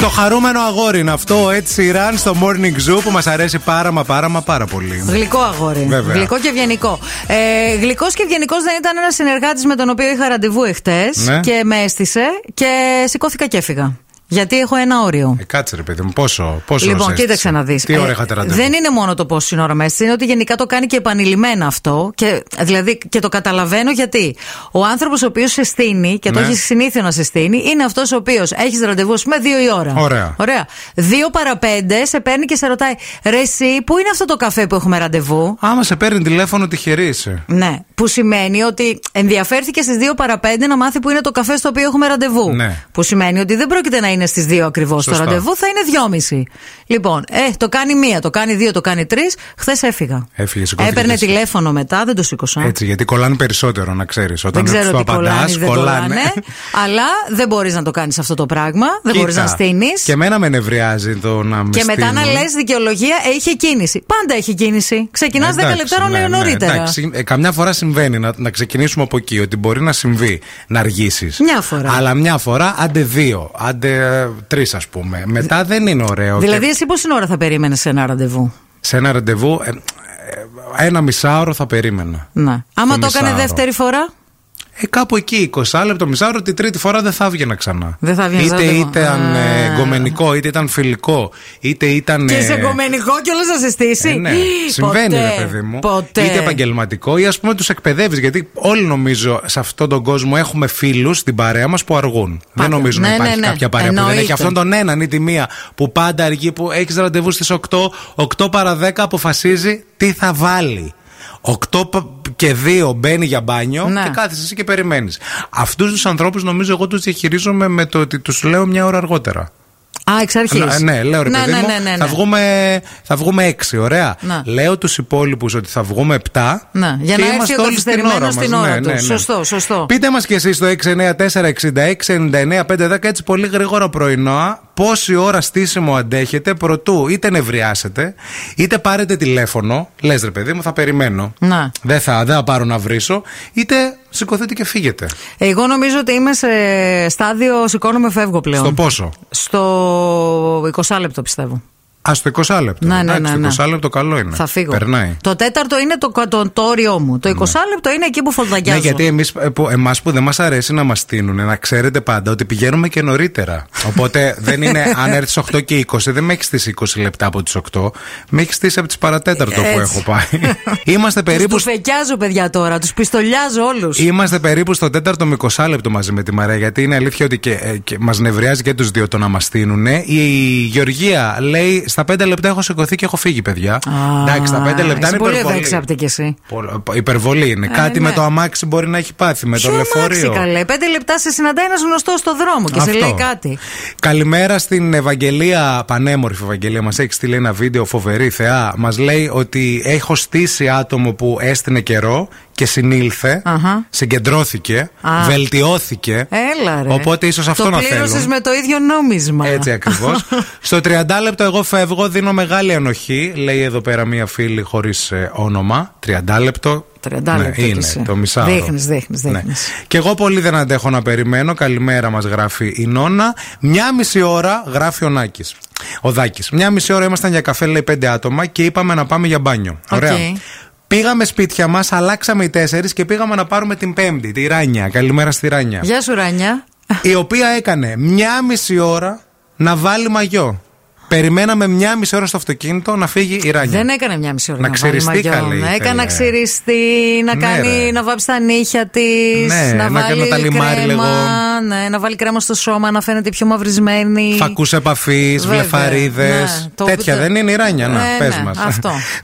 Το χαρούμενο αγόρι είναι αυτό, έτσι Ραν στο Morning Zoo που μας αρέσει πάρα μα πάρα μα πάρα πολύ. Γλυκό αγόρι. Βέβαια. Γλυκό και ευγενικό. Ε, γλυκός και ευγενικός δεν ήταν ένας συνεργάτης με τον οποίο είχα ραντεβού εχθές Ναι. και με αίσθησε και σηκώθηκα και έφυγα. Γιατί έχω ένα όριο. Ε, κάτσε ρε παιδί μου, πόσο, πόσο Λοιπόν, σας κοίταξε έστησε. να δεις. Τι ώρα είχατε ραντεβού. Δεν είναι μόνο το πόση ώρα με έστειλε, είναι ότι γενικά το κάνει και επανειλημμένα αυτό. Και, δηλαδή, και το καταλαβαίνω γιατί. Ο άνθρωπος ο οποίος σε στείνει και το Ναι. έχει συνήθειο να σε στείνει είναι αυτός ο οποίος έχεις ραντεβού, με δύο η ώρα. Ωραία. Ωραία. Δύο παρα πέντε σε παίρνει και σε ρωτάει, Ρε, εσύ, πού είναι αυτό το καφέ που έχουμε ραντεβού. Άμα σε παίρνει τηλέφωνο, τυχερή είσαι. Ναι, που σημαίνει ότι ενδιαφέρθηκε στις 2 παρα 5 να μάθει που είναι το καφέ στο οποίο έχουμε ραντεβού. Ναι. Που σημαίνει ότι δεν πρόκειται να είναι στι 2 ακριβώς το Σωστά. ραντεβού, θα είναι 2,5. Λοιπόν, ε, το κάνει μία, το κάνει δύο, το κάνει τρεις. Χθες έφυγα. Έφυγε, σηκώθηκε Έπαιρνε και εσύ. τηλέφωνο μετά, δεν το σήκωσα. Έτσι, γιατί κολλάνε περισσότερο, να ξέρεις. Όταν Ε. δεν ξέρω το τι κολλάνε, απαντάς, ή δεν κολλάνε. αλλά δεν μπορείς να το κάνεις αυτό το πράγμα. Δεν μπορείς Κοίτα, να στείνεις. Και εμένα με νευριάζει το να με Και μετά να στείλουν. λες δικαιολογία, ε, είχε κίνηση. Πάντα έχει κίνηση. Ξεκινάς 10 Εντάξει, λεπτά ναι, ναι, νωρίτερα. εντάξει, ε, καμιά φορά συμβαίνει να, να ξεκινήσουμε από εκεί, ότι μπορεί να συμβεί να αργήσεις. Μια φορά. Αλλά μια φορά, άντε δύο, άντε τρεις, ας πούμε. Μετά δεν είναι ωραίο. και Δηλαδή, εσύ πόση ώρα θα περίμενες ένα ραντεβού. Σε ένα ραντεβού, ε, ε, ένα μισάωρο θα περίμενα. Ναι. Άμα το έκανε μισάωρο. δεύτερη φορά. Ε, κάπου εκεί, 20 λεπτό, μισάωρο, τη τρίτη φορά δεν θα έβγαινα ξανά. Δεν θα έβγαινες Είτε ραντεβού. ήταν ε, Α. εγκομενικό, είτε ήταν φιλικό, είτε ήταν. Και ε, σε κομμενικό κιόλα να σε στήσει. Ε, ναι. Ποτέ, Συμβαίνει, ρε παιδί μου. Ποτέ. Είτε επαγγελματικό ή ας πούμε τους εκπαιδεύεις. Γιατί όλοι νομίζω σε αυτόν τον κόσμο έχουμε φίλους στην παρέα μας που αργούν. Δεν νομίζω Ναι, να υπάρχει ναι, ναι. κάποια παρέα που Εννοείται. δεν έχει αυτόν τον έναν ή τη μία που πάντα αργεί, που έχεις ραντεβού στις 8, 8 παρα 10 αποφασίζει τι θα βάλει. 8 και 2 μπαίνει για μπάνιο Ναι. και κάθεσαι εσύ και περιμένεις. Αυτούς τους ανθρώπους νομίζω εγώ τους διαχειρίζομαι με το ότι τους λέω μια ώρα αργότερα. Α, εξ αρχής. Να- ναι, λέω ρε ναι, παιδί ναι, μου, ναι, ναι, ναι. Θα, βγούμε, θα βγούμε έξι, ωραία. Να. Λέω τους υπόλοιπους ότι θα βγούμε επτά. Να, Ναι, για και να έρθει είμαστε ο όλοι στην ώρα, μας. καθυστερημένος Ναι, στην ώρα του. Σωστό, σωστό. Πείτε μας κι εσείς το 694-66-99-510 έτσι πολύ γρήγορα πρωινό πόση ώρα στήσιμο αντέχετε προτού είτε νευριάσετε είτε πάρετε τηλέφωνο. Λες ρε παιδί μου, θα περιμένω. Να. Δεν θα, δεν θα πάρω να βρίσω. Είτε σηκωθείτε και φύγετε. Εγώ νομίζω ότι είμαι σε στάδιο σηκώνομαι, φεύγω πλέον. Στο πόσο. Στο 20 λεπτό πιστεύω. Α το 20 λεπτό. Ναι, ναι, Εντάξει, ναι, το ναι. 20 λεπτό καλό είναι. Θα φύγω. Περνάει. Το τέταρτο είναι το, το, το όριό μου. Το 20 λεπτό είναι εκεί που Ναι, φολταγιάζω. γιατί εμείς που, εμάς που δεν μας αρέσει να μας στείλουν, να ξέρετε πάντα ότι πηγαίνουμε και νωρίτερα. Οπότε δεν είναι, αν έρθεις 8 και 20, δεν με έχεις στήσει 20 λεπτά από τις 8, με έχεις στήσει από τις παρατέταρτο που Έτσι. έχω πάει. Είμαστε περίπου. Τους φεκιάζω, παιδιά τώρα. Τους πιστολιάζω όλους. Είμαστε περίπου στο τέταρτο με 20 λεπτό μαζί με τη Μαρέα, γιατί είναι αλήθεια ότι και, ε, και μας νευριάζει και τους δύο το να μας στείλουν. Η Γεωργία λέει: Στα 5 λεπτά έχω σηκωθεί και έχω φύγει, παιδιά. Εντάξει, τα 5 λεπτά είναι πολύ υπερβολή. ευεξάπτη κι εσύ. Πολύ- Υπερβολή είναι. Ε, Κάτι ναι. με το αμάξι μπορεί να έχει πάθει, με το Ποιο αμάξι λεωφορείο. καλέ. Πέντε λεπτά σε συναντάει ένας γνωστός στο δρόμο και σε Αυτό. λέει κάτι. Καλημέρα στην Ευαγγελία, πανέμορφη Ευαγγελία. Μας έχει στείλει ένα βίντεο φοβερή θεά. Μας λέει ότι έχω στήσει άτομο που έστεινε καιρό και συνήλθε, Αχα. συγκεντρώθηκε, Α. βελτιώθηκε. Έλα ρε. Οπότε ίσως αυτό το να πλήρωσες θέλουν. με το ίδιο νόμισμα. Έτσι ακριβώς. Στο 30 λεπτό, εγώ φεύγω, δίνω μεγάλη ανοχή. Λέει εδώ πέρα μία φίλη χωρίς όνομα. 30 λεπτό. 30 λεπτό κι Ναι, είναι, εσύ. το μισάωρο. Δείχνεις, δείχνεις, Ναι. δείχνεις. Και εγώ πολύ δεν αντέχω να περιμένω. Καλημέρα, μας γράφει η Νόνα. Μια μισή ώρα γράφει ο Νάκης. Ο Δάκης. Μια μισή ώρα ήμασταν για καφέ, λέει πέντε άτομα και είπαμε να πάμε για μπάνιο. Οκ. Ωραία. Πήγαμε σπίτια μας, αλλάξαμε οι τέσσερις και πήγαμε να πάρουμε την Πέμπτη, τη Ράνια. Καλημέρα στη Ράνια Γεια σου Ράνια. η οποία έκανε μία μισή ώρα να βάλει μαγιό. Περιμέναμε μία μισή ώρα στο αυτοκίνητο να φύγει η Ράνια. Δεν έκανε μια μισή ώρα Να να, βάλει ξυριστεί μαγιό. καλή, Να έκανε ήθελε. να ξυριστεί, να, Ναι, κάνει, ρε. να βάψει τα νύχια της, Ναι, να να βάλει κάνει τα λιμάρι κρέμα, λίγο. ναι, να βάλει κρέμα στο σώμα, να φαίνεται πιο μαυρισμένη. Φακούς επαφής, Βέβαια, βλεφαρίδες. ναι. Το- Τέτοια το- δεν είναι η Ράνια, να Ε, πες ναι, μας. αυτό.